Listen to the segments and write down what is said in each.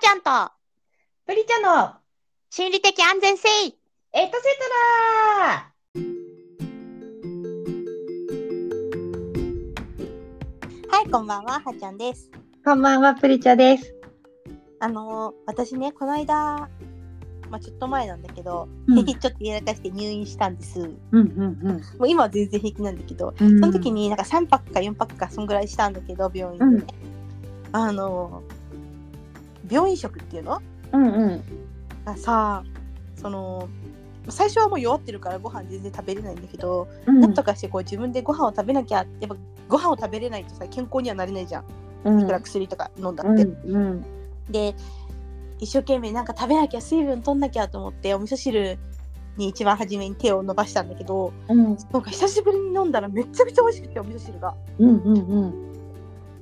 ちゃんとプリチャの心理的安全性エトセトラはいこんばんははちゃんですこんばんは、プリチャです。あのー私ねこの間まあちょっと前なんだけど、うんちょっとやらかして入院したんですもうんうんう今は全然平気なんだけどうん。その時になんか3泊か4泊かそんぐらいしたんだけど病院でね、あのー病院食っていうのうんうん。がさその最初はもう弱ってるからご飯全然食べれないんだけど、うんなんとかしてこう自分でご飯を食べなきゃやっぱご飯を食べれないとさ健康にはなれないじゃんうんいくら薬とか飲んだうっんて、うんで一生懸命なんか食べなきゃ水分取んなきゃと思ってお味噌汁に一番初めに手を伸ばしたんだけどうなんんか久しぶりに飲んだらめちゃくちゃ美味しくてお味噌汁が。うんうん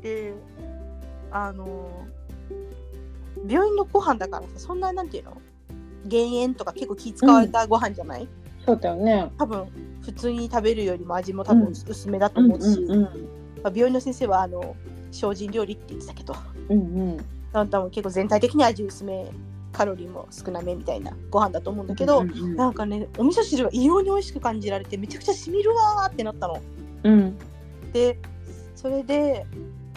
であの病院のご飯だからさそんななんていうの減塩とか結構気使われたご飯じゃない、そうだよね。多分普通に食べるよりも味も多分うん薄めだとうん思ううし、んうんまあ、病院の先生はあの精進料理って言ってたけどうんあんたも結構全体的に味薄めカロリーも少なめみたいなご飯だと思うんうだん。けど、うんうんなんかねお味噌汁が異様に美味しく感じられてめちゃくちゃしみるわーってなったの。うんでそれで、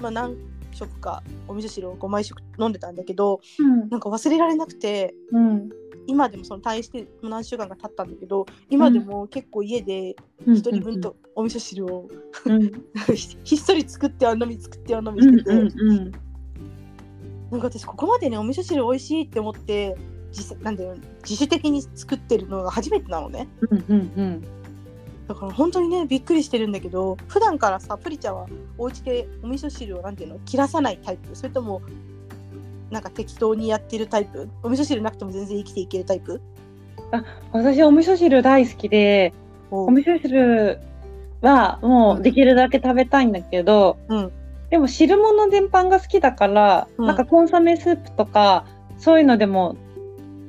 まあ、何食かお味噌汁を5枚食飲んでたんだけどうんなんか忘れられなくてうん今でもその退院してもう何週間が経ったんだけど今でも結構家でうん。一人分とお味噌汁をうんうん ひっそり作っては飲み作っては飲みうしんてて、うんなんか私ここまでねお味噌汁美味しいって思って自なんだよ自主的に作ってるのが初めてなのねうんうんうんだから本当にねびっくりしてるんだけど普段からさプリちゃんはお家でお味噌汁をなんていうの切らさないタイプそれともなんか適当にやってるタイプお味噌汁なくても全然生きていけるタイプ私お味噌汁大好きでお味噌汁はもうできるだけ食べたいんだけど、うんでも汁物全般が好きだから、うんなんかコンソメスープとかそういうのでも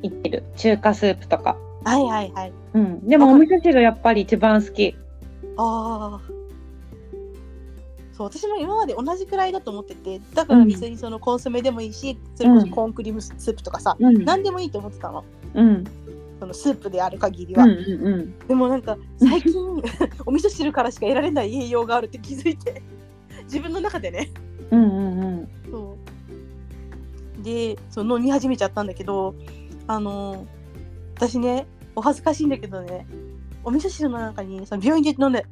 いってる中華スープとか、はいはいはいうん、でもお味噌汁やっぱり一番好きああそう私も今まで同じくらいだと思っててだから別にそのコンソメでもいいし、それこそコーンクリームスープとかさ、うん何でもいいと思ってたのうんそのスープである限りうは、んうんでもなんか最近 お味噌汁からしか得られない栄養があるって気づいて自分の中でねうんうんうんそうでその飲み始めちゃったんだけどあの私ねお恥ずかしいんだけどねお味噌汁の中にその病院で飲んで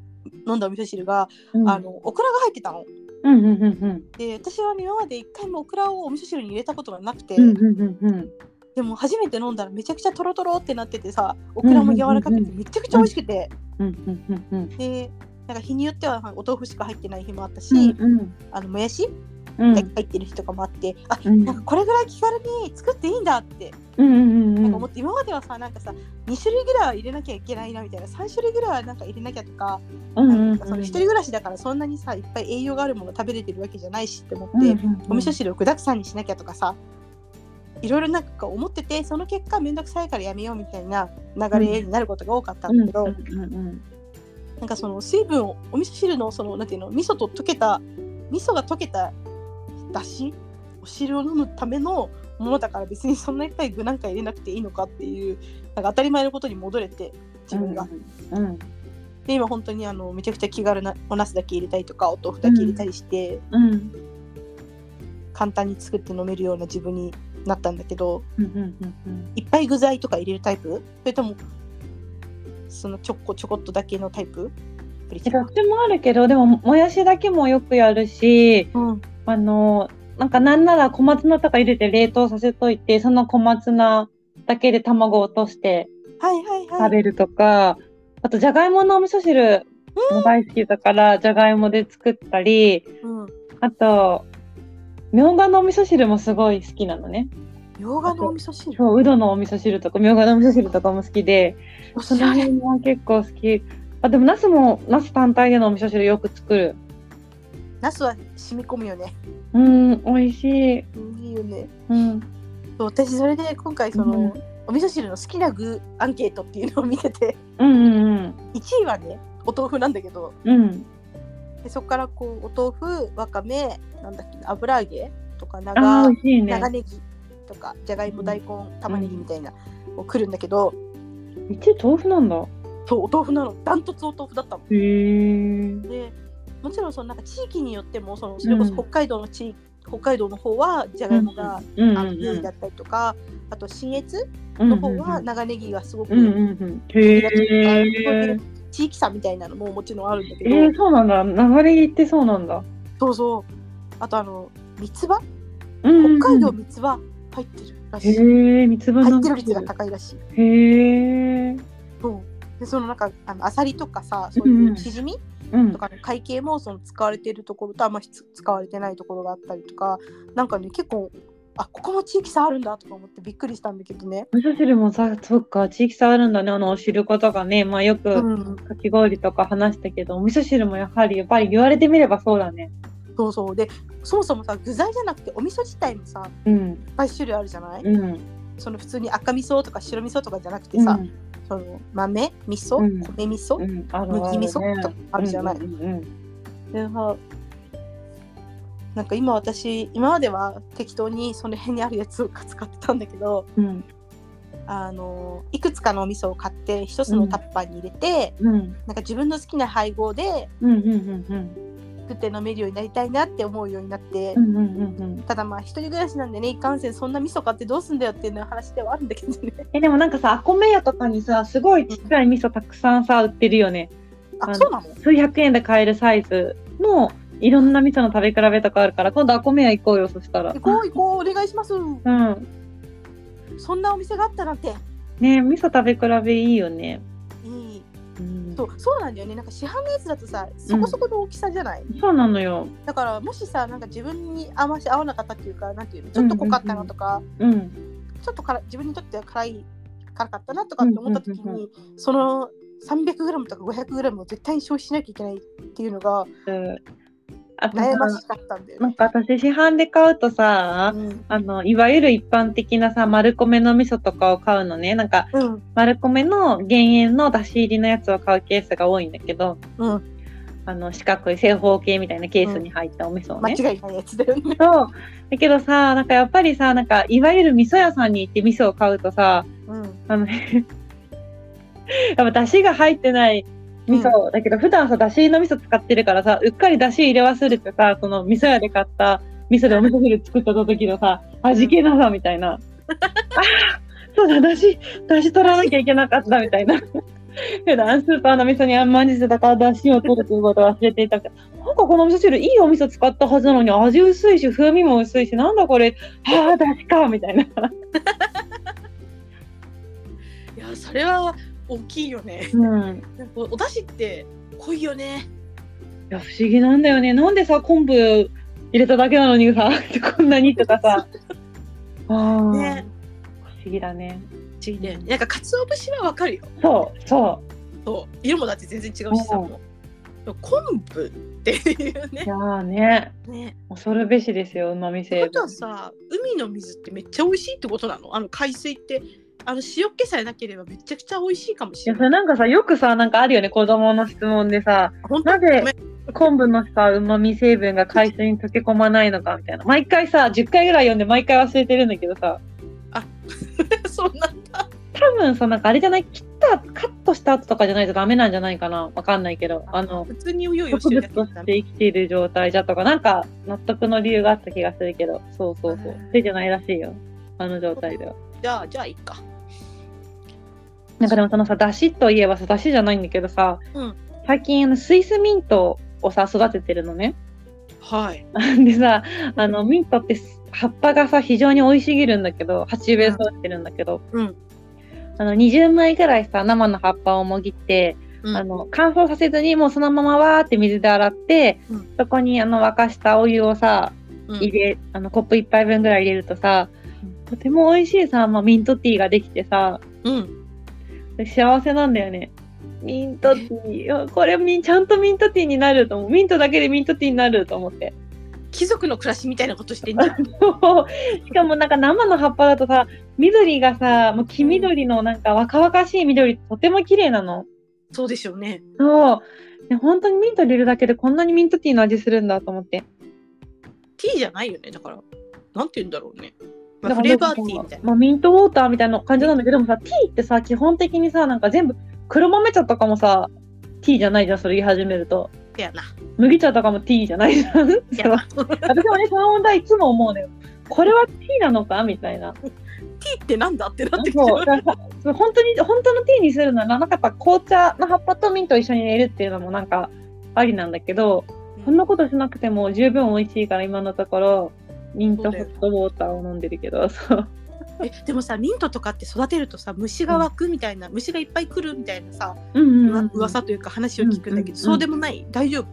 飲んだお味噌汁が、うんあのオクラが入ってたの。うんうんうんうんで私は今まで一回もオクラをお味噌汁に入れたことがなくて、うんうんうんでも初めて飲んだらめちゃくちゃトロトロってなっててさオクラも柔らかくうんてうんうんめちゃくちゃ美味しくて。うんうんうんうんでなんか日によってはお豆腐しか入ってない日もあったし、うんあのもやしうんが入ってる日とかもあって、あうんなんかこれぐらい気軽に作っていいんだってうんうんうんなんか思って、今まではさなんかさ2種類ぐらいは入れなきゃいけないなみたいな3種類ぐらいはなんか入れなきゃとか,、うんうんうんなんかその一人暮らしだからそんなにさいっぱい栄養があるもの食べれてるわけじゃないしって思って、うんうんうんお味噌汁を具だくさんにしなきゃとかさいろいろなんか思っててその結果面倒くさいからやめようみたいな流れになることが多かったんだけど、うんうんうんなんかその水分をお味噌汁のそのなんていうの味噌と溶けた味噌が溶けただしお汁を飲むためのものだから別にそんないっぱい具なんか入れなくていいのかっていうなんか当たり前のことに戻れて自分が、うんうんで今本当にあのめちゃくちゃ気軽なお茄子だけ入れたりとかお豆腐だけ入れたりして、うん簡単に作って飲めるような自分になったんだけどうんうんうんうんいっぱい具材とか入れるタイプそれともそのちょこちょこっとだけのタイププリちゃどんっちもあるけどでももやしだけもよくやるしうんあのなんかなんなら小松菜とか入れて冷凍させといてその小松菜だけで卵を落としてはいはいはい食べるとか、あとじゃがいものお味噌汁も大好きだからじゃがいもで作ったりうんあとみょうがのお味噌汁もすごい好きなのねみょうがのお味噌汁そううどのお味噌汁とかみょうがのお味噌汁とかも好きでおしそゃのれ辺は結構好きあでもナスもナス単体でのお味噌汁よく作るナスは染み込むよね。うん、美味しい。いいよね。うん。そう私それで今回その、うんお味噌汁の好きな具アンケートっていうのを見て てうんうん1位はねお豆腐なんだけどうん。うん。でそこからこうお豆腐わかめなんだっけな油揚げとかああ、長美味しいね長。ネギとかじゃがいも大根玉ねぎみたいなをくるんだけど、一豆腐なんだ。そうお豆腐なのダントツお豆腐だったの。へえ。でもちろんそのなんか地域によってもそのそれこそ北海道の地域、北海道の方はじゃがいもが、うんあの有利だったりとか、あと信越の方は長ネギがすごく、うんうんうん。へえ。地域差みたいなのももちろんあるんだけえど、ー、そうなんだ。流れ行ってそうなんだ。そうそうあとあの三つ葉うん北海道三つ葉入ってるらしい、へえ、三つ葉入のってる率が高いらしいへえ。そうでそのなんかあのアサリとかさそううんいううんシジミうんと。かの会計もその使われてるところとあんまりつ使われてないところがあったりとかなんかね結構あここも地域差あるんだとか思ってびっくりしたんだけどね、お味噌汁もさ、そっか、地域差あるんだね。あの、お汁粉とかね、まあようくん、かき氷とか話したけど、お味噌汁もやはり、やっぱり言われてみればそうだね。そうそうでそもそもさ具材じゃなくてお味噌自体もさいっうん。ぱい種類あるじゃない、うん。その普通に赤味噌とか白味噌とかじゃなくてさ、その豆味噌、うん米味噌、うん。あるあ麦る味ね噌とかあるじゃない、うんうんうんでまあなんか今私今までは適当にその辺にあるやつを使ってたんだけどうん。あのいくつかのお味噌を買って一つのタッパーに入れて、うん。なんか自分の好きな配合でうんうんうんうん作って飲めるようになりたいなって思うようになって、うんうんうんうんただまあ一人暮らしなんでねいかんせんそんな味噌買ってどうすんだよっていう話ではあるんだけどねえでもなんかさアコメ屋とかにさすごいちっちゃい味噌たくさんさ売ってるよねああのそうなの数百円で買えるサイズのいろんな味噌の食べ比べとかあるから今度アコメ屋行こうよそしたら行こう行こうお願いしますうんそんなお店があったなんてね味噌食べ比べいいよねいいうんそうそうなんだよねなんか市販のやつだとさそこそこの大きさじゃない、そうなのよだからもしさなんか自分にあまし合わなかったっていうかなんていうのちょっと濃かったなとか、うんちょっとから自分にとっては辛い辛かったなとかって思った時に、うんうんうんその 300g とか 500g を絶対に消費しなきゃいけないっていうのがうんあとさ悩ましかったんだよなねん。か私市販で買うとさうんあのいわゆる一般的なさ丸米の味噌とかを買うのねなんかうん丸米の減塩の出し入りのやつを買うケースが多いんだけどうん、あの四角い正方形みたいなケースに入ったお味噌を間ね。違いないやつだよ ね。そうだけどさなんかやっぱりさなんかいわゆる味噌屋さんに行って味噌を買うとさうん、あの やっぱ出汁が入ってない味噌、だけど普段さ出汁の味噌使ってるからさうっかり出汁入れ忘れてさその味噌屋で買った味噌でお味噌汁作った時のさ味気なさみた いなあーそうだ出汁出汁取らなきゃいけなかったみたいな普段スーパーの味噌に甘んじてたから出汁を取るということを忘れていたけどなんかこのお味噌汁いいお味噌使ったはずなのに味薄いし風味も薄いしなんだこれああ出汁かみたいないやそれは大きいよね。うんおお出汁って濃いよね。いや不思議なんだよねなんでさ昆布入れただけなのにさ こんなにとかさ あーね不思議だねちいね。なんか鰹節はわかるよ。そうそそう色もだって全然違うしさうんもうでも昆布っていうういねやーねね恐るべしですようまみって成ことは分さ海の水ってめっちゃ美味しいってことなのあの海水ってあの塩気さえなければめちゃくちゃ美味しいかもしいれやそれないなんかさよくさなんかあるよね子供の質問でさ本当なぜ昆布のさうまみ成分が海水に溶け込まないのかみたいな毎回さ10回ぐらい読んで毎回忘れてるんだけどさ そんな多分さなんかあれじゃない切ったカットした後とかじゃないとダメなんじゃないかなわかんないけどあの普通に泳いをして植るだけ物とだしねて生きている状態じゃとか、なんか納得の理由があった気がするけど、そうそうそう。それじゃないらしいよ。あの状態では。じゃあじゃあいいかなんかでもそのさ、だしといえばさ、だしじゃないんだけどさ、うん最近あのスイスミントをさ、育ててるのね。 はいでさ、あの、ミントって葉っぱがさ、非常に美味しぎるんだけど、鉢植えで育ててるんだけど、うんあの、20枚ぐらいさ、生の葉っぱをもぎって、うんあの乾燥させずにもうそのままわーって水で洗って、うんそこにあの沸かしたお湯をさうん入れ、あのコップ1杯分ぐらい入れるとさ、とても美味しいさ、まあ、ミントティーができてさうん幸せなんだよねミントティーいやこれみちゃんとミントティーになると思うミントだけでミントティーになると思って 貴族の暮らしみたいなことしてん じゃんしかもなんか生の葉っぱだとさ緑がさもう黄緑のなんか若々しい緑とても綺麗なのそうでしょうねそうね本当にミント入れるだけでこんなにミントティーの味するんだと思って T じゃないよねだからなんて言うんだろうねまあ、フレーバーティーみたいな。まあ、ミントウォーターみたいな感じなんだけどでもさ、ティーってさ、基本的にさ、なんか全部、黒豆茶とかもさ、ティーじゃないじゃん、それ言い始めると。せやな。麦茶とかもティーじゃないじゃん。せやな。 私もね、その問題いつも思うのよ。これはティーなのかみたいな。ティーってなんだってなってきてそうる。だから本当に本当のティーにするならなんかやっぱ紅茶の葉っぱとミントを一緒に入れるっていうのもなんかありなんだけどそんなことしなくても十分美味しいから今のところミントホットウォーターを飲んでるけどそうえでもさミントとかって育てるとさ虫が湧くみたいな、虫がいっぱい来るみたいなさ、うんうわ噂というか話を聞くんだけど、うんうんうんそうでもない大丈夫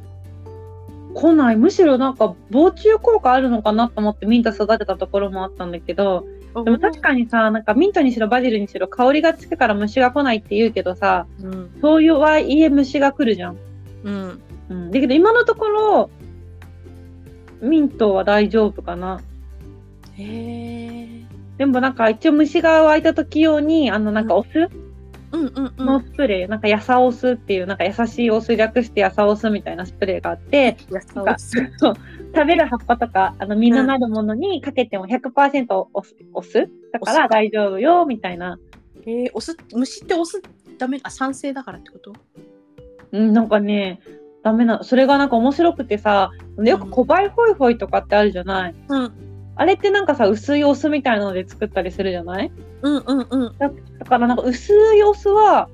来ないむしろなんか防虫効果あるのかなと思ってミント育てたところもあったんだけどでも確かにさなんかミントにしろバジルにしろ香りがつくから虫が来ないって言うけどさに、うんそういうはいえ虫が来るじゃん。うん、うん、だけど今のところミントは大丈夫かなへえでもなんか一応虫が湧いた時用にあのなんかお酢うんうんうんのスプレー、なんかやさお酢っていうなんか優しいお酢略してやさお酢みたいなスプレーがあって野菜なんかそう食べる葉っぱとかあの実のなるものにかけても100%お酢お酢だから大丈夫よみたいな、えー、お酢虫ってお酢ダメあ酸性だからってことうん、なんかねダメなそれがなんか面白くてさよく小梅ホイホイとかってあるじゃないうんあれってなんかさ薄いお酢みたいなので作ったりするじゃないうんうんうんだからなんか薄いお酢は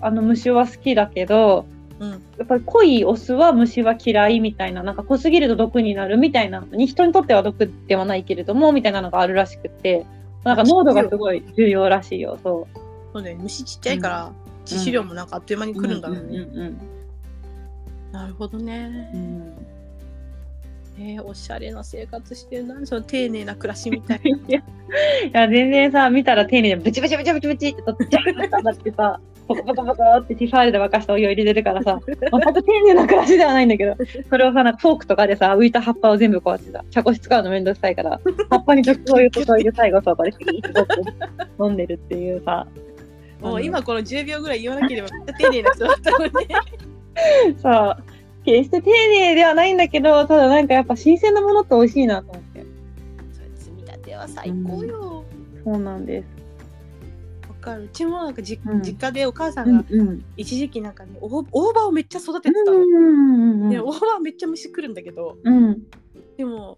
あの虫は好きだけどうんやっぱり濃いお酢は虫は嫌いみたいななんか濃すぎると毒になるみたいなに人にとっては毒ではないけれどもみたいなのがあるらしくてなんか濃度がすごい重要らしいよそそうだよね虫ちっちゃいから、致死量もなんかあっという間にう来るんだろうね、うんうんなるほどうね、んえー、おしゃれな生活してるなその丁寧な暮らしみ たいいやいや全然さ見たら丁寧にブチブチブチブチブチって取っちゃうんだってさボコボコボコってティファールで沸かしたお湯を入れてるからさまあ、本当丁寧な暮らしではないんだけど、それをさ、なんかフォークとかでさ、浮いた葉っぱを全部こうやってさ、茶こし使うのめんどくさいから、葉っぱに直接お湯注いで最後そこでピーッと取って飲んでるっていうさ、なもう今この10秒ぐらい言わなければめっちゃ丁寧な人だった のにさ、決して丁寧ではないんだけど、ただなんかやっぱ新鮮なものって美味しいなと思って。それ積み立ては最高よ、そうなんです。わかるうちもなんかじ、うん実家でお母さうんがんうん。一時期なんかね大大葉をめっちゃ育ててたうの、んうんで大葉めっちゃ虫来るんだけどうん。でも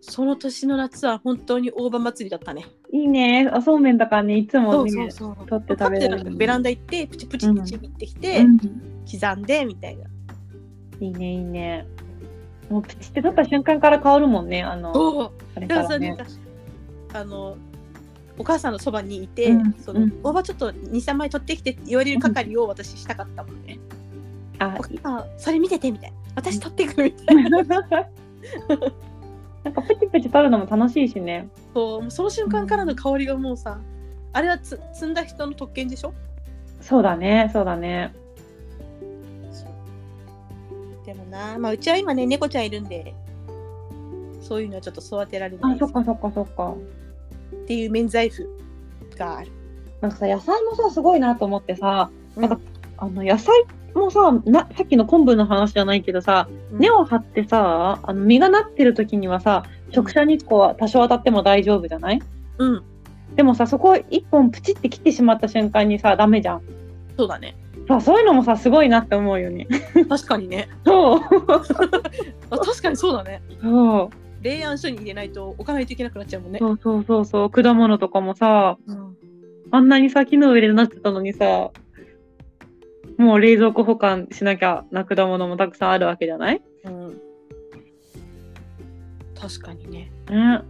その年の夏は本当に大葉祭りだったねいいね。あそうめんとかね、いつそもうね、そうそう取って立食っべてれなんるか。ベランダ行ってプチプチプチ切ってきて、うん刻んでみたいないいね、いいね。もうプチって取った瞬間から香るもんね、あの、そうあれだかからさらなんね。かあのお母さんのそばにいて、うんそのうん大葉ちょっと23枚取ってきてって言われる係を私したかったもんね、あお、母さんそれ見ててみたいな私取ってくるみたいな、 なんかプチプチ取るのも楽しいしね。そうもうその瞬間からの香りがもうさあれはつ積んだ人の特権でしょそうだね、そうだね。でもな、まあ、うちは今ね猫ちゃんいるんでそういうのはちょっと育てられなあい、そっかそっかそっか。っていう免罪符がある。なんかさ、野菜もさ、すごいなと思ってさ、うなんかあの野菜もさな、さっきの昆布の話じゃないけどさ、根を張ってさ、あの実がなってる時にはさ、直射日光は多少当たっても大丈夫じゃないうん、でもさ、そこ一本プチって切ってしまった瞬間にさ、ダメじゃん。そうだ ね。さ、そういうのもさ、すごいなって思うよね。 確かにね。そう。あ確かにそうだね。そう。霊安書に入れないと置かないといけなくなっちゃうもんね。 そうそうそうそう。果物とかもさ、うんあんなにさ、木の上でなってたのにさ、もう冷蔵庫保管しなきゃな果物もたくさんあるわけじゃないうん、確かにね。ね。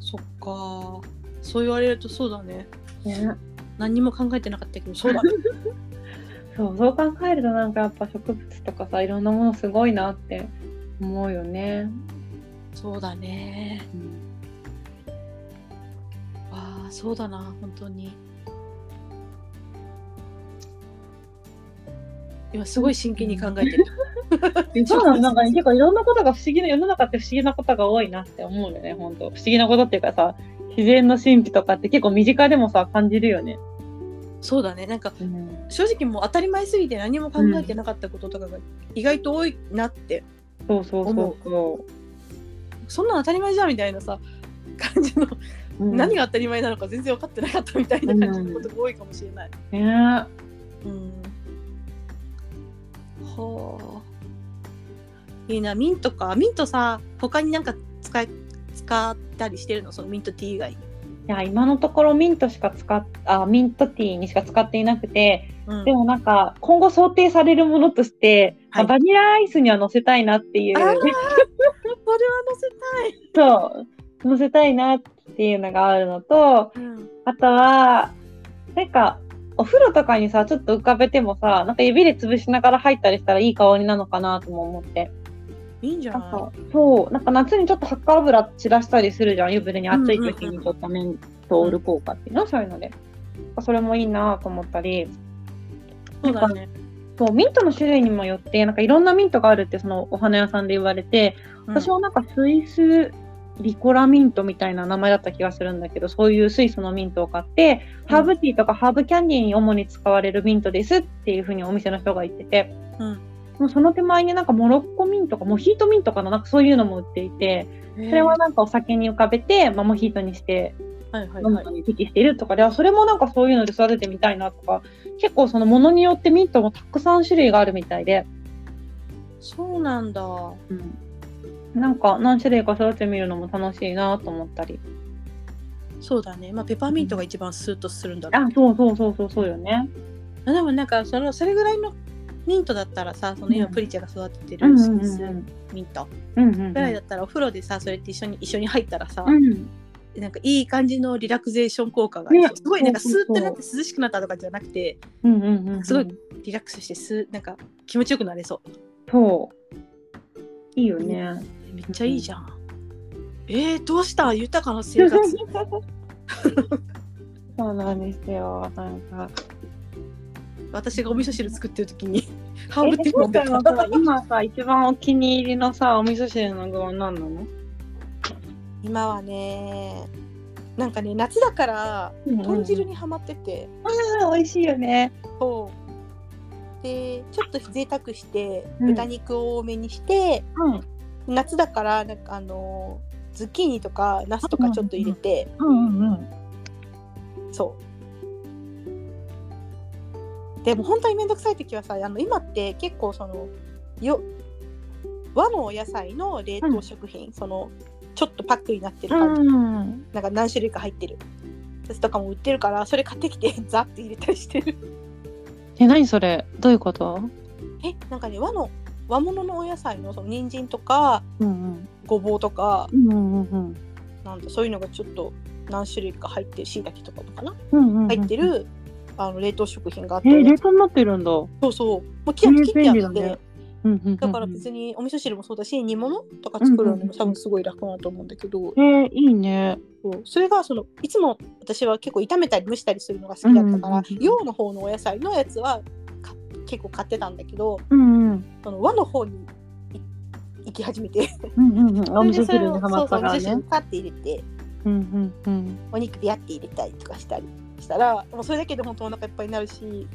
そっか。そう言われるとそうだね。ね何にも考えてなかったけど、そう だね。そう、そう考えるとなんかやっぱ植物とかさ、いろんなものすごいなって思うよね。そうだね。わあ、そうだな、本当に。今すごい真剣に考えてる。そうなの、なんか、ね、結構いろんなことが不思議な、世の中って不思議なことが多いなって思うよね、本当不思議なことっていうかさ、自然の神秘とかって結構身近でもさ、感じるよね。そうだね。なんかうん、正直もう当たり前すぎて何も考えてなかったこととかが意外と多いなってそうそうそうそう。そんなの当たり前じゃんみたいなさ感じの、うん何が当たり前なのか全然分かってなかったみたいな感じのことが多いかもしれない。ねえうん、はあいいなミントかミントさ他になんか使い使ったりしてるのそのミントティー以外に。いや今のところミントしか使っあミントティーにしか使っていなくてうんでもなんか今後想定されるものとして、はいまあバニラアイスには乗せたいなっていうあーそれは載そう乗せたいなっていうのがあるのとせたい。うんあとはなんかお風呂とかにさちょっと浮かべてもさなんか指で潰しながら入ったりしたらいい香りなのかなとも思っていいんじゃなんなかそうなんか夏にちょっとハッカ油散らしたりするじゃん湯船に暑いう時んうんうにんちょっとメントール効果っていうのそういうのでそれもいいなと思ったりいそうだね。そうミントの種類にもよってなんかいろんなミントがあるってそのお花屋さんで言われて、私はなんかスイスリコラミントみたいな名前だった気がするんだけどそういう水素のミントを買って、ハーブティーとかハーブキャンディーに主に使われるミントですっていうふうにお店の人が言ってて、うんもうその手前になんかモロッコミントかモヒートミントかななんかそういうのも売っていてうん、それはなんかお酒に浮かべて、まあ、モヒートにしてえーはいはい飲はむいの。に適しているとかで、あそれもなんかそういうので育ててみたいなとか結構そのものによってミントもたくさん種類があるみたいで、そうなんだ。なんか何種類か育ててみるのも楽しいなと思ったりそうだね。まあペパーミントが一番スーッとするんだろうあそうそうそうそうそうよねあでもなんかそのそれぐらいのミントだったらさその今うんプリチャが育ててうんるうスんイスうんミントうんうんぐらいだったらお風呂でさそれって一緒に一緒に入ったらさ、うんなんかいい感じのリラクゼーション効果がありそうねすごいなんかそうそうスーそうってなって涼しくなったとかじゃなくてうんうんうんすごいリラックスしてスーなんか気持ちよくなれそうそういいよねめっちゃいいじゃん、えー、どうした豊かな生活そうなんですよなんか私がお味噌汁作ってる時 にハーブティーえ飲んでそうたか今さ一番お気に入りのさお味噌汁の具は何なの今はねなんかね夏だから豚汁にはまってて、うん美味しいよねそうでちょっと贅沢してうん豚肉を多めにして、うん夏だからなんかあのーズッキーニとかナスとかちょっと入れて、うんうんうんそうでも本当に面倒くさい時はさあの今って結構そのよ和のお野菜の冷凍食品、そのちょっとパックになってる感じ、うんなんか何種類か入ってるやつとかも売ってるからそれ買ってきて ザッて入れたりしてる え何それどういうことえなんかね和の和物のお野菜のその人参とかうんごぼうとかうんうんうんうんなんだそういうのがちょっと何種類か入ってるしいたけとかとかなうんうん入ってる、あの冷凍食品があっえて、ー、冷凍になってるんだ。そうそうもう切って切ってあえー便っ利てだだ,、ねうんうん、から別にお味噌汁もそうだし煮物とか作るのうんもうんうん多分すごい楽だと思うんだけど、えー、いいね。そうそれがそのいつも私は結構炒めたり蒸したりするのが好きだったから、うんうんうん洋の方のお野菜のやつはか結構買ってたんだけどうんうん。その和の方にい行き始め てうんうんうん。お味噌それで汁にハマったからそうそうお味噌汁ねに。パッて入れて。うんうんうん。お肉ビャって入れたりとかしたりしたらもうそれだけで本当お腹いっぱいになるし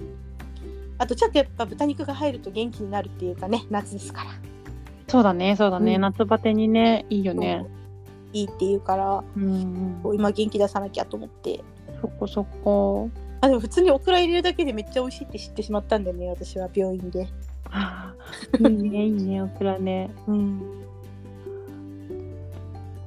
あとちょっとやっぱ豚肉が入ると元気になるっていうかね夏ですからそうだね、そうだね。うん夏バテにね、いいよね。いいっていうからうんこううん。今元気出さなきゃと思ってそこそこ。 あでも普通にオクラ入れるだけでめっちゃ美味しいって知ってしまったんだよね私は病院ではあいいね、いいね、オクラね。うん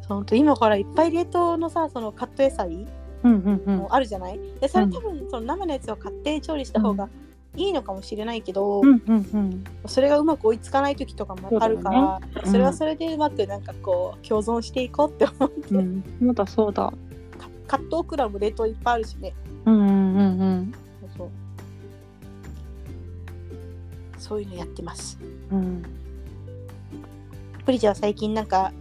本当今からいっぱい冷凍のさそのカット野菜うんうんうんも。あるじゃない、でそれうん多分その生のやつを買って調理した方がいいのかもしれないけど、うんうんうん。それがうまく追いつかない時とかもあるからそ,、れはそれでうまくなんかこう共存していこう って思って、うん、そうだそうだ。カカットオクラも冷凍いっぱいあるしねうんうんうんうん。そうそうそういうのやってますうん、プリちゃんは最近なんか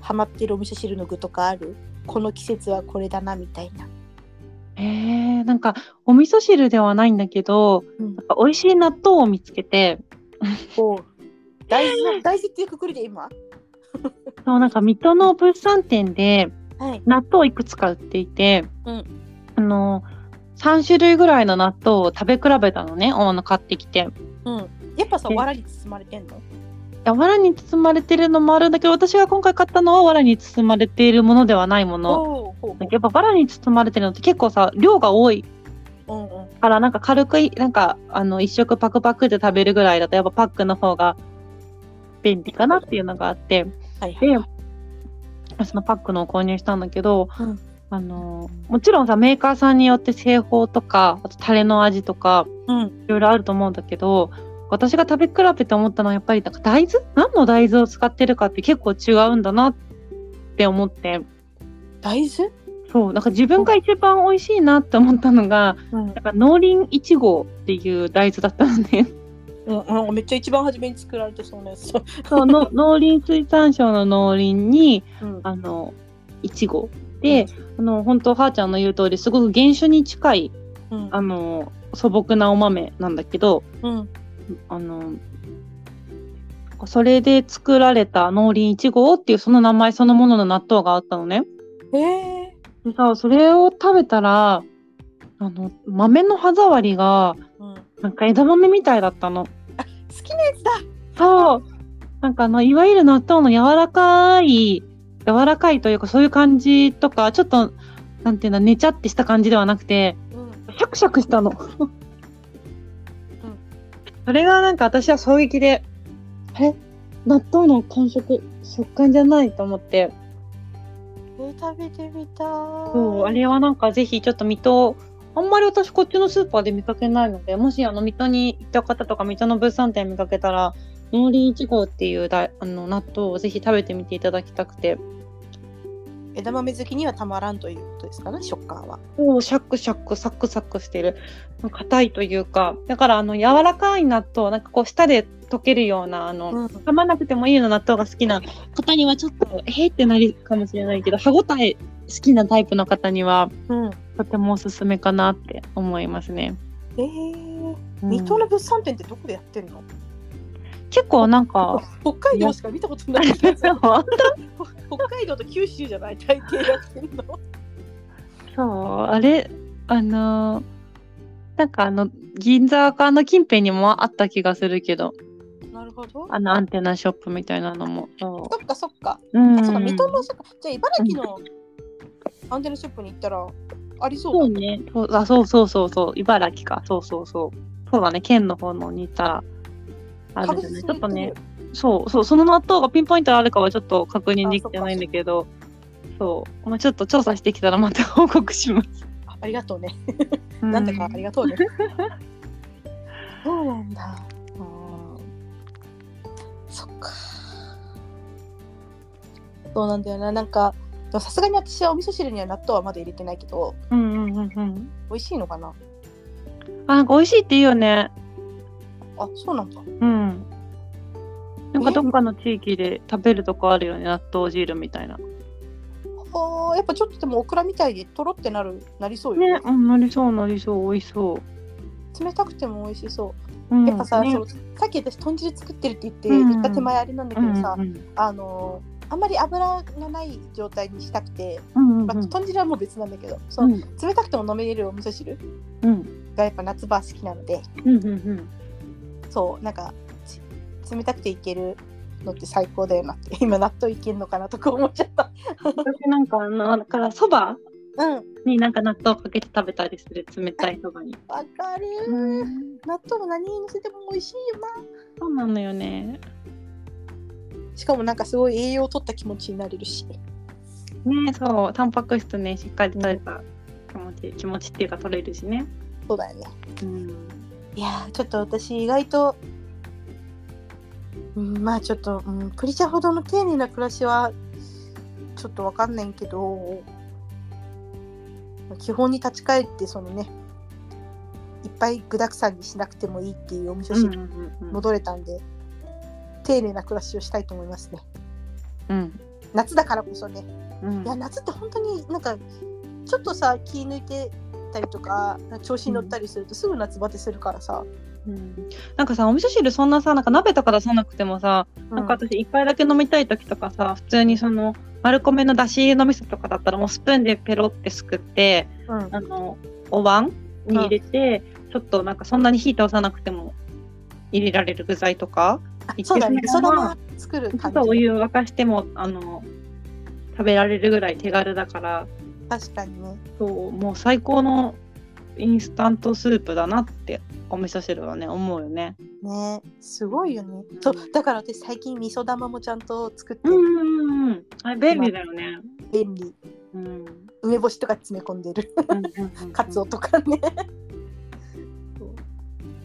ハマってるお味噌汁の具とかあるこの季節はこれだなみたいな、えー、なんかお味噌汁ではないんだけどうんなんか美味しい納豆を見つけてこう大豆 の大豆っていうくくりで今そうなんか水戸の物産展ではい納豆をいくつか売っていて、うんあの3種類ぐらいの納豆を食べ比べたのねあの買ってきてうんやっぱさえわらに包まれてんのや藁に包まれてるのもあるんだけど私が今回買ったのは藁に包まれているものではないものおーほうやっぱ藁に包まれてるのって結構さ量が多いほううんうんからなんか軽くいなんかあの一食パクパクで食べるぐらいだとやっぱパックの方が便利かなっていうのがあってはいはいでそのパックのを購入したんだけど、うんあのもちろんさメーカーさんによって製法とかあとタレの味とかうんいろいろあると思うんだけど私が食べ比べて思ったのはやっぱりなんか大豆何の大豆を使ってるかって結構違うんだなって思って大豆そうなんか自分が一番美味しいなって思ったのがうんなんか農林1号っていう大豆だったのねうんうんめっちゃ一番初めに作られてそうなやつそうの農 林水産省の農林にうんあの1号で、あの本当はーちゃんの言う通りすごく原種に近いうんあの素朴なお豆なんだけどうんあのそれで作られた農林1号っていうその名前そのものの納豆があったのね。へえでさそれを食べたらあの豆の歯触りがうん好なんか枝豆みたいだったの。きなやつだそうなんかあのいわゆる納豆の柔らかい柔らかいというかそういう感じとかちょっとなんていうんだねちゃってした感じではなくてうんシャクシャクしたの。それがなんか私は衝撃であれ納豆の感触食感じゃないと思ってえー食べてみたそうあそれはなんかぜひちょっと水戸あんまり私こっちのスーパーで見かけないのでもしあの水戸に行った方とか水戸の物産展見かけたら農林1号っていうだあの納豆をぜひ食べてみていただきたくて枝豆好きにはたまらんということですかね食感はおシャクシャクサクサクしてる硬いというかだからあの柔らかい納豆なんかこう舌で溶けるようなあの、うん噛まなくてもいいような納豆が好きな方にはちょっとえーってなるかもしれないけど歯ごたえ好きなタイプの方にはうんとてもおすすめかなって思いますね。えーうん水戸の物産展ってどこでやってんの結構なんか北海道しか見たこと ない気がする北海道と九州じゃない大抵やってるのそうあれあのーなんかあの銀座かあの近辺にもあった気がするけどなるほどあのアンテナショップみたいなのも。そそっかそっか、ううんあそっか水戸のそっかじゃあ茨城のアンテナショップに行ったらありそうそだうね。そうあそうそうそうそう。茨城か。そうそうそう。そうだね。県の方のに行ったらあるじゃない。ちょっとね、そうそう、その納豆がピンポイントであるかはちょっと確認できてないんだけど、そう、まあ、ちょっと調査してきたらまた報告します。あありがとうねなんだかありがと うねそうなんだうんそっかそうなんだよななんかでもさすがに私はお味噌汁には納豆はまだ入れてないけどうんうんうんうん。美味しいのかなあ、なんか美味しいって言うよね。あそうなんだうん。なんかどっかの地域で食べるとこあるよね、納豆汁みたいな。あーやっぱちょっとでもオクラみたいでとろってなるなりそうよ、ね、うん、なりそうなりそう、美味しそ。冷たくても美味しそううん、うやっぱさ、ねそのさっき私豚汁作ってるって言ってうん言った手前あれなんだけうんどうんさ、あのーあんまり油がない状態にしたくて、うんうんまあ、豚汁はもう別なんだけど、そのうん冷たくても飲めれるお味噌汁うんがやっぱ夏場好きなのでうんうんそうなんかち冷たくていけるのって最高だよなって 今納豆いけんのかなとか思っちゃった私なんかあのだからそばうんになんか納豆かけて食べたりする冷たいそばに。わかるうん、納豆も何にのせても美味しいよなそうなのよね。しかもなんかすごい栄養を取った気持ちになれるしねそうタンパク質ねしっかり取れた気持ち、気持ちっていうか取れるしね。そうだよねうん、いやーちょっと私意外と、うん、まあちょっと、うん、プリチャほどの丁寧な暮らしはちょっとわかんないけど基本に立ち返ってそのねいっぱい具だくさんにしなくてもいいっていうお味噌うん汁うにんうん戻れたんで、丁寧な暮らしをしたいと思いますねうん夏だからこそねうんいや夏って本当になんかちょっとさ気抜いてたりとか調子に乗ったりするとすぐ夏バテするからさ、うんなんかさお味噌汁そんなさなんか鍋とか出さなくてもさ、なんかうん私一杯だけ飲みたい時とかさ普通にその丸米のだしの味噌とかだったらもうスプーンでペロってすくってうんあのお椀に入れて、ちょっとなんかそんなに火通さなくても入れられる具材とかそうだね。一そ緒のだままな作るちょ感っとおじ。湯を沸かしてもあの食べられるぐらい手軽だから確かにね。そうもう最高のインスタントスープだなってお味噌汁はね思うよね。ねすごいよね。そうだから私最近味噌玉もちゃんと作ってうんうんうん。あれ便利だよね。便利。うん。うん梅干しとか詰め込んでる。うんうんカツオとかね。そう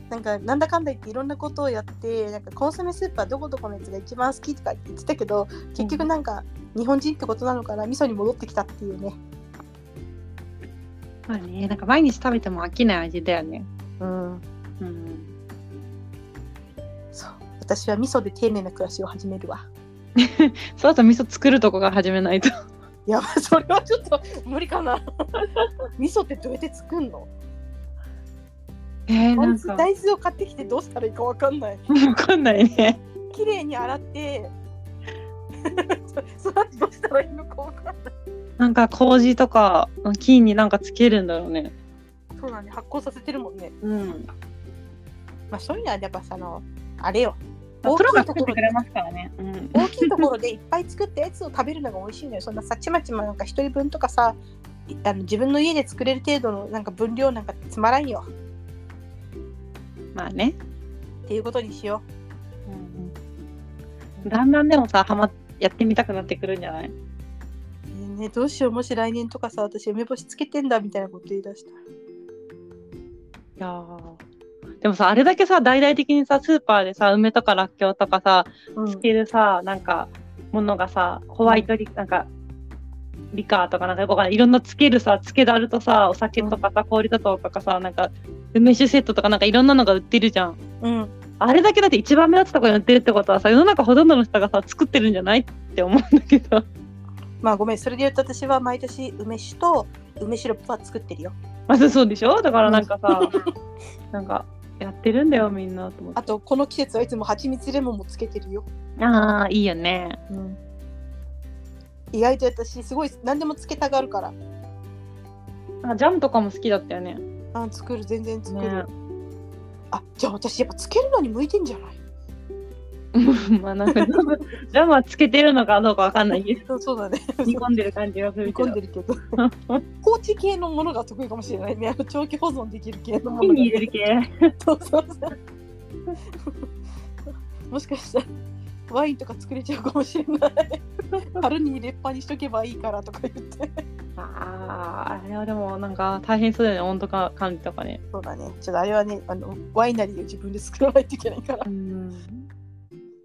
なんかなんだかんだ言っていろんなことをやってなんかコンソメスープはどこどこのやつが一番好きとか言ってたけど結局なんか日本人ってことなのかな味噌に戻ってきたっていうね。まあね、なんか毎日食べても飽きない味だよね。うん、うん。そう私は味噌で丁寧な暮らしを始めるわ。その後味噌作るとこが始めないと。いやまあそれはちょっと無理かな。味噌ってどうやって作るの えー、なんか大豆を買ってきてどうしたらいいかわかんない。わかんないね。綺麗に洗って。 その後どうしたらいいのかわかんない。なんか麹とかの菌になんかつけるんだろうね。そうなんで発酵させてるもんね。うん。まあそういうのはやっぱそのあれよ。まあ大プロきがいとこ作ってろくれますからね。うん。大きいところでいっぱい作ったやつを食べるのが美味しいのよ。そんなさちまちまなんか一人分とかさ、いあの自分の家で作れる程度のなんか分量なんかつまらんよまあね。っていうことにしよう。だんだんでもさ、はまやってみたくなってくるんじゃないえーねどうしようもし来年とかさ私梅干しつけてんだみたいなこと言い出した。いやーでもさあれだけさ大々的にさスーパーでさ梅とからっきょうとかさうんつけるさ、なんかものがさホワイトリ、なんかリカーとかなんかよくわかんないいろんなつけるさつけだるとさお酒とかさ氷砂糖とかさなんか梅酒セットとかなんかいろんなのが売ってるじゃんうんあれだけだって一番目立つところに売ってるってことはさ世の中ほとんどの人がさ作ってるんじゃないって思うんだけど まあごめんそれで言うと私は毎年梅酒と梅シロップは作ってるよまずそうでしょだからなんかさなんかやってるんだよみんなと思ってあとこの季節はいつも蜂蜜レモンもつけてるよ、ああいいよね意外と私すごい何でもつけたがるからあジャムとかも好きだったよねあ作る全然作る、ねあじゃあ私やっぱつけるのに向いてんじゃないうん まあなんかジャムジャムはつけてるのかどうかわかんないけどそうそうだね 煮込んでる感じがする煮け込んどでる けど高知系のものが得意かもしれ ないねあの長期保存できる系のも火のに入れるが系 そうそうそうもしかしたらワインとか作れちゃうかもしれ ない樽に入れっぱにしとけばいいからとか言ってあーあれはでもなんか大変そうだよね温度か管理とかねそうだね。ちょっとあれはね、あのワイナリーを自分で作らないといけないから。うん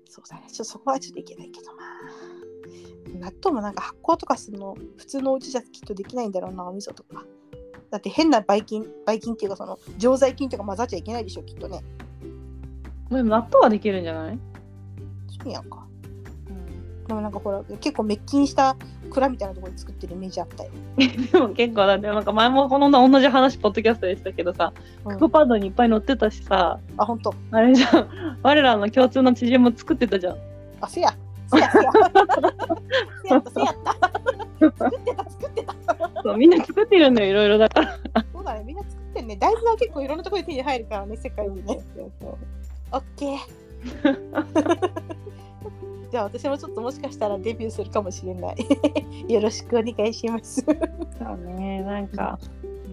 そうだね。ちょっとそこはちょっといけないけど、まあ。納豆もなんか発酵とかするの、普通のお家じゃきっとできないんだろうな、お味噌とか。だって変なばい菌、ばい菌っていうか、その常在菌とか混ざっちゃいけないでしょ、きっとね。でも納豆はできるんじゃない、 そうやんか。でもなんかほら、結構滅菌した蔵みたいなところで作ってるイメージあったよ。でも結構だってなんか前もこの同じ話ポッドキャストでしたけどさ、うんクコパッドにいっぱい載ってたしさあ、ほんと。あれじゃん 我らの共通の知人も作ってた じゃんあ、せや。せや、せや。せやった、せやった。作ってた、作ってた。そうみんな作ってるんだよいろいろだからそうだね、みんな作ってんね。大豆は結構いろんなところで手に入るからね、世界にね。オッケ ー。じゃあ私もちょっともしかしたらデビューするかもしれない。 よろしくお願いします。そうね、なんか、う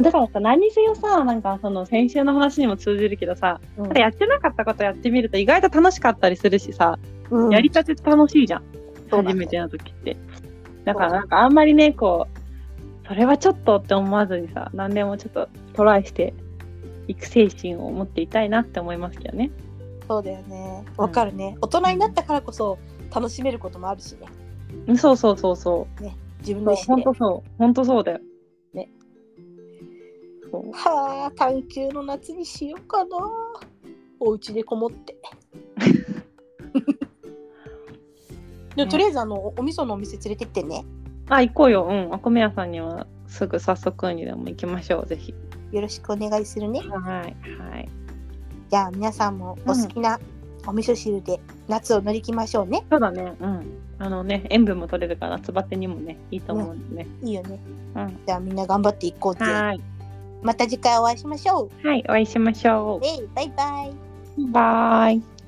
ん。だからさ、何にせよさ、なんかその先週の話にも通じるけどさ、うんやってなかったことやってみると意外と楽しかったりするしさ、やりたてって楽しいじゃん。そうだね初めての時って。だからなんかあんまりね、こう、それはちょっとって思わずにさ、何でもちょっとトライして、いく精神を持っていたいなって思いますけどね。そうだよね。わかるね。大人になったからこそ楽しめることもあるしね。うんそうそうそうそう。自分そのう意思で。本当そう。本当そうだよ。ね。そう。はあ、探求の夏にしようかな。お家でこも って。でもとりあえずあのおお味噌のお店連れてってね。あ、行こうよ。うん。お米屋さんにはすぐ早速にでも行きましょう。ぜひ。よろしくお願いするね。はい。はい。じゃあ皆さんもお好きなお味噌汁で夏を乗り切りましょうね。そうだね。うん。あのね、塩分も取れるから、夏バテにもね、いいと思うんでね。いいよね。うん。じゃあみんな頑張っていこうぜ。はい。また次回お会いしましょはい。お会いしましょうう。。ねバイバイ。バイ。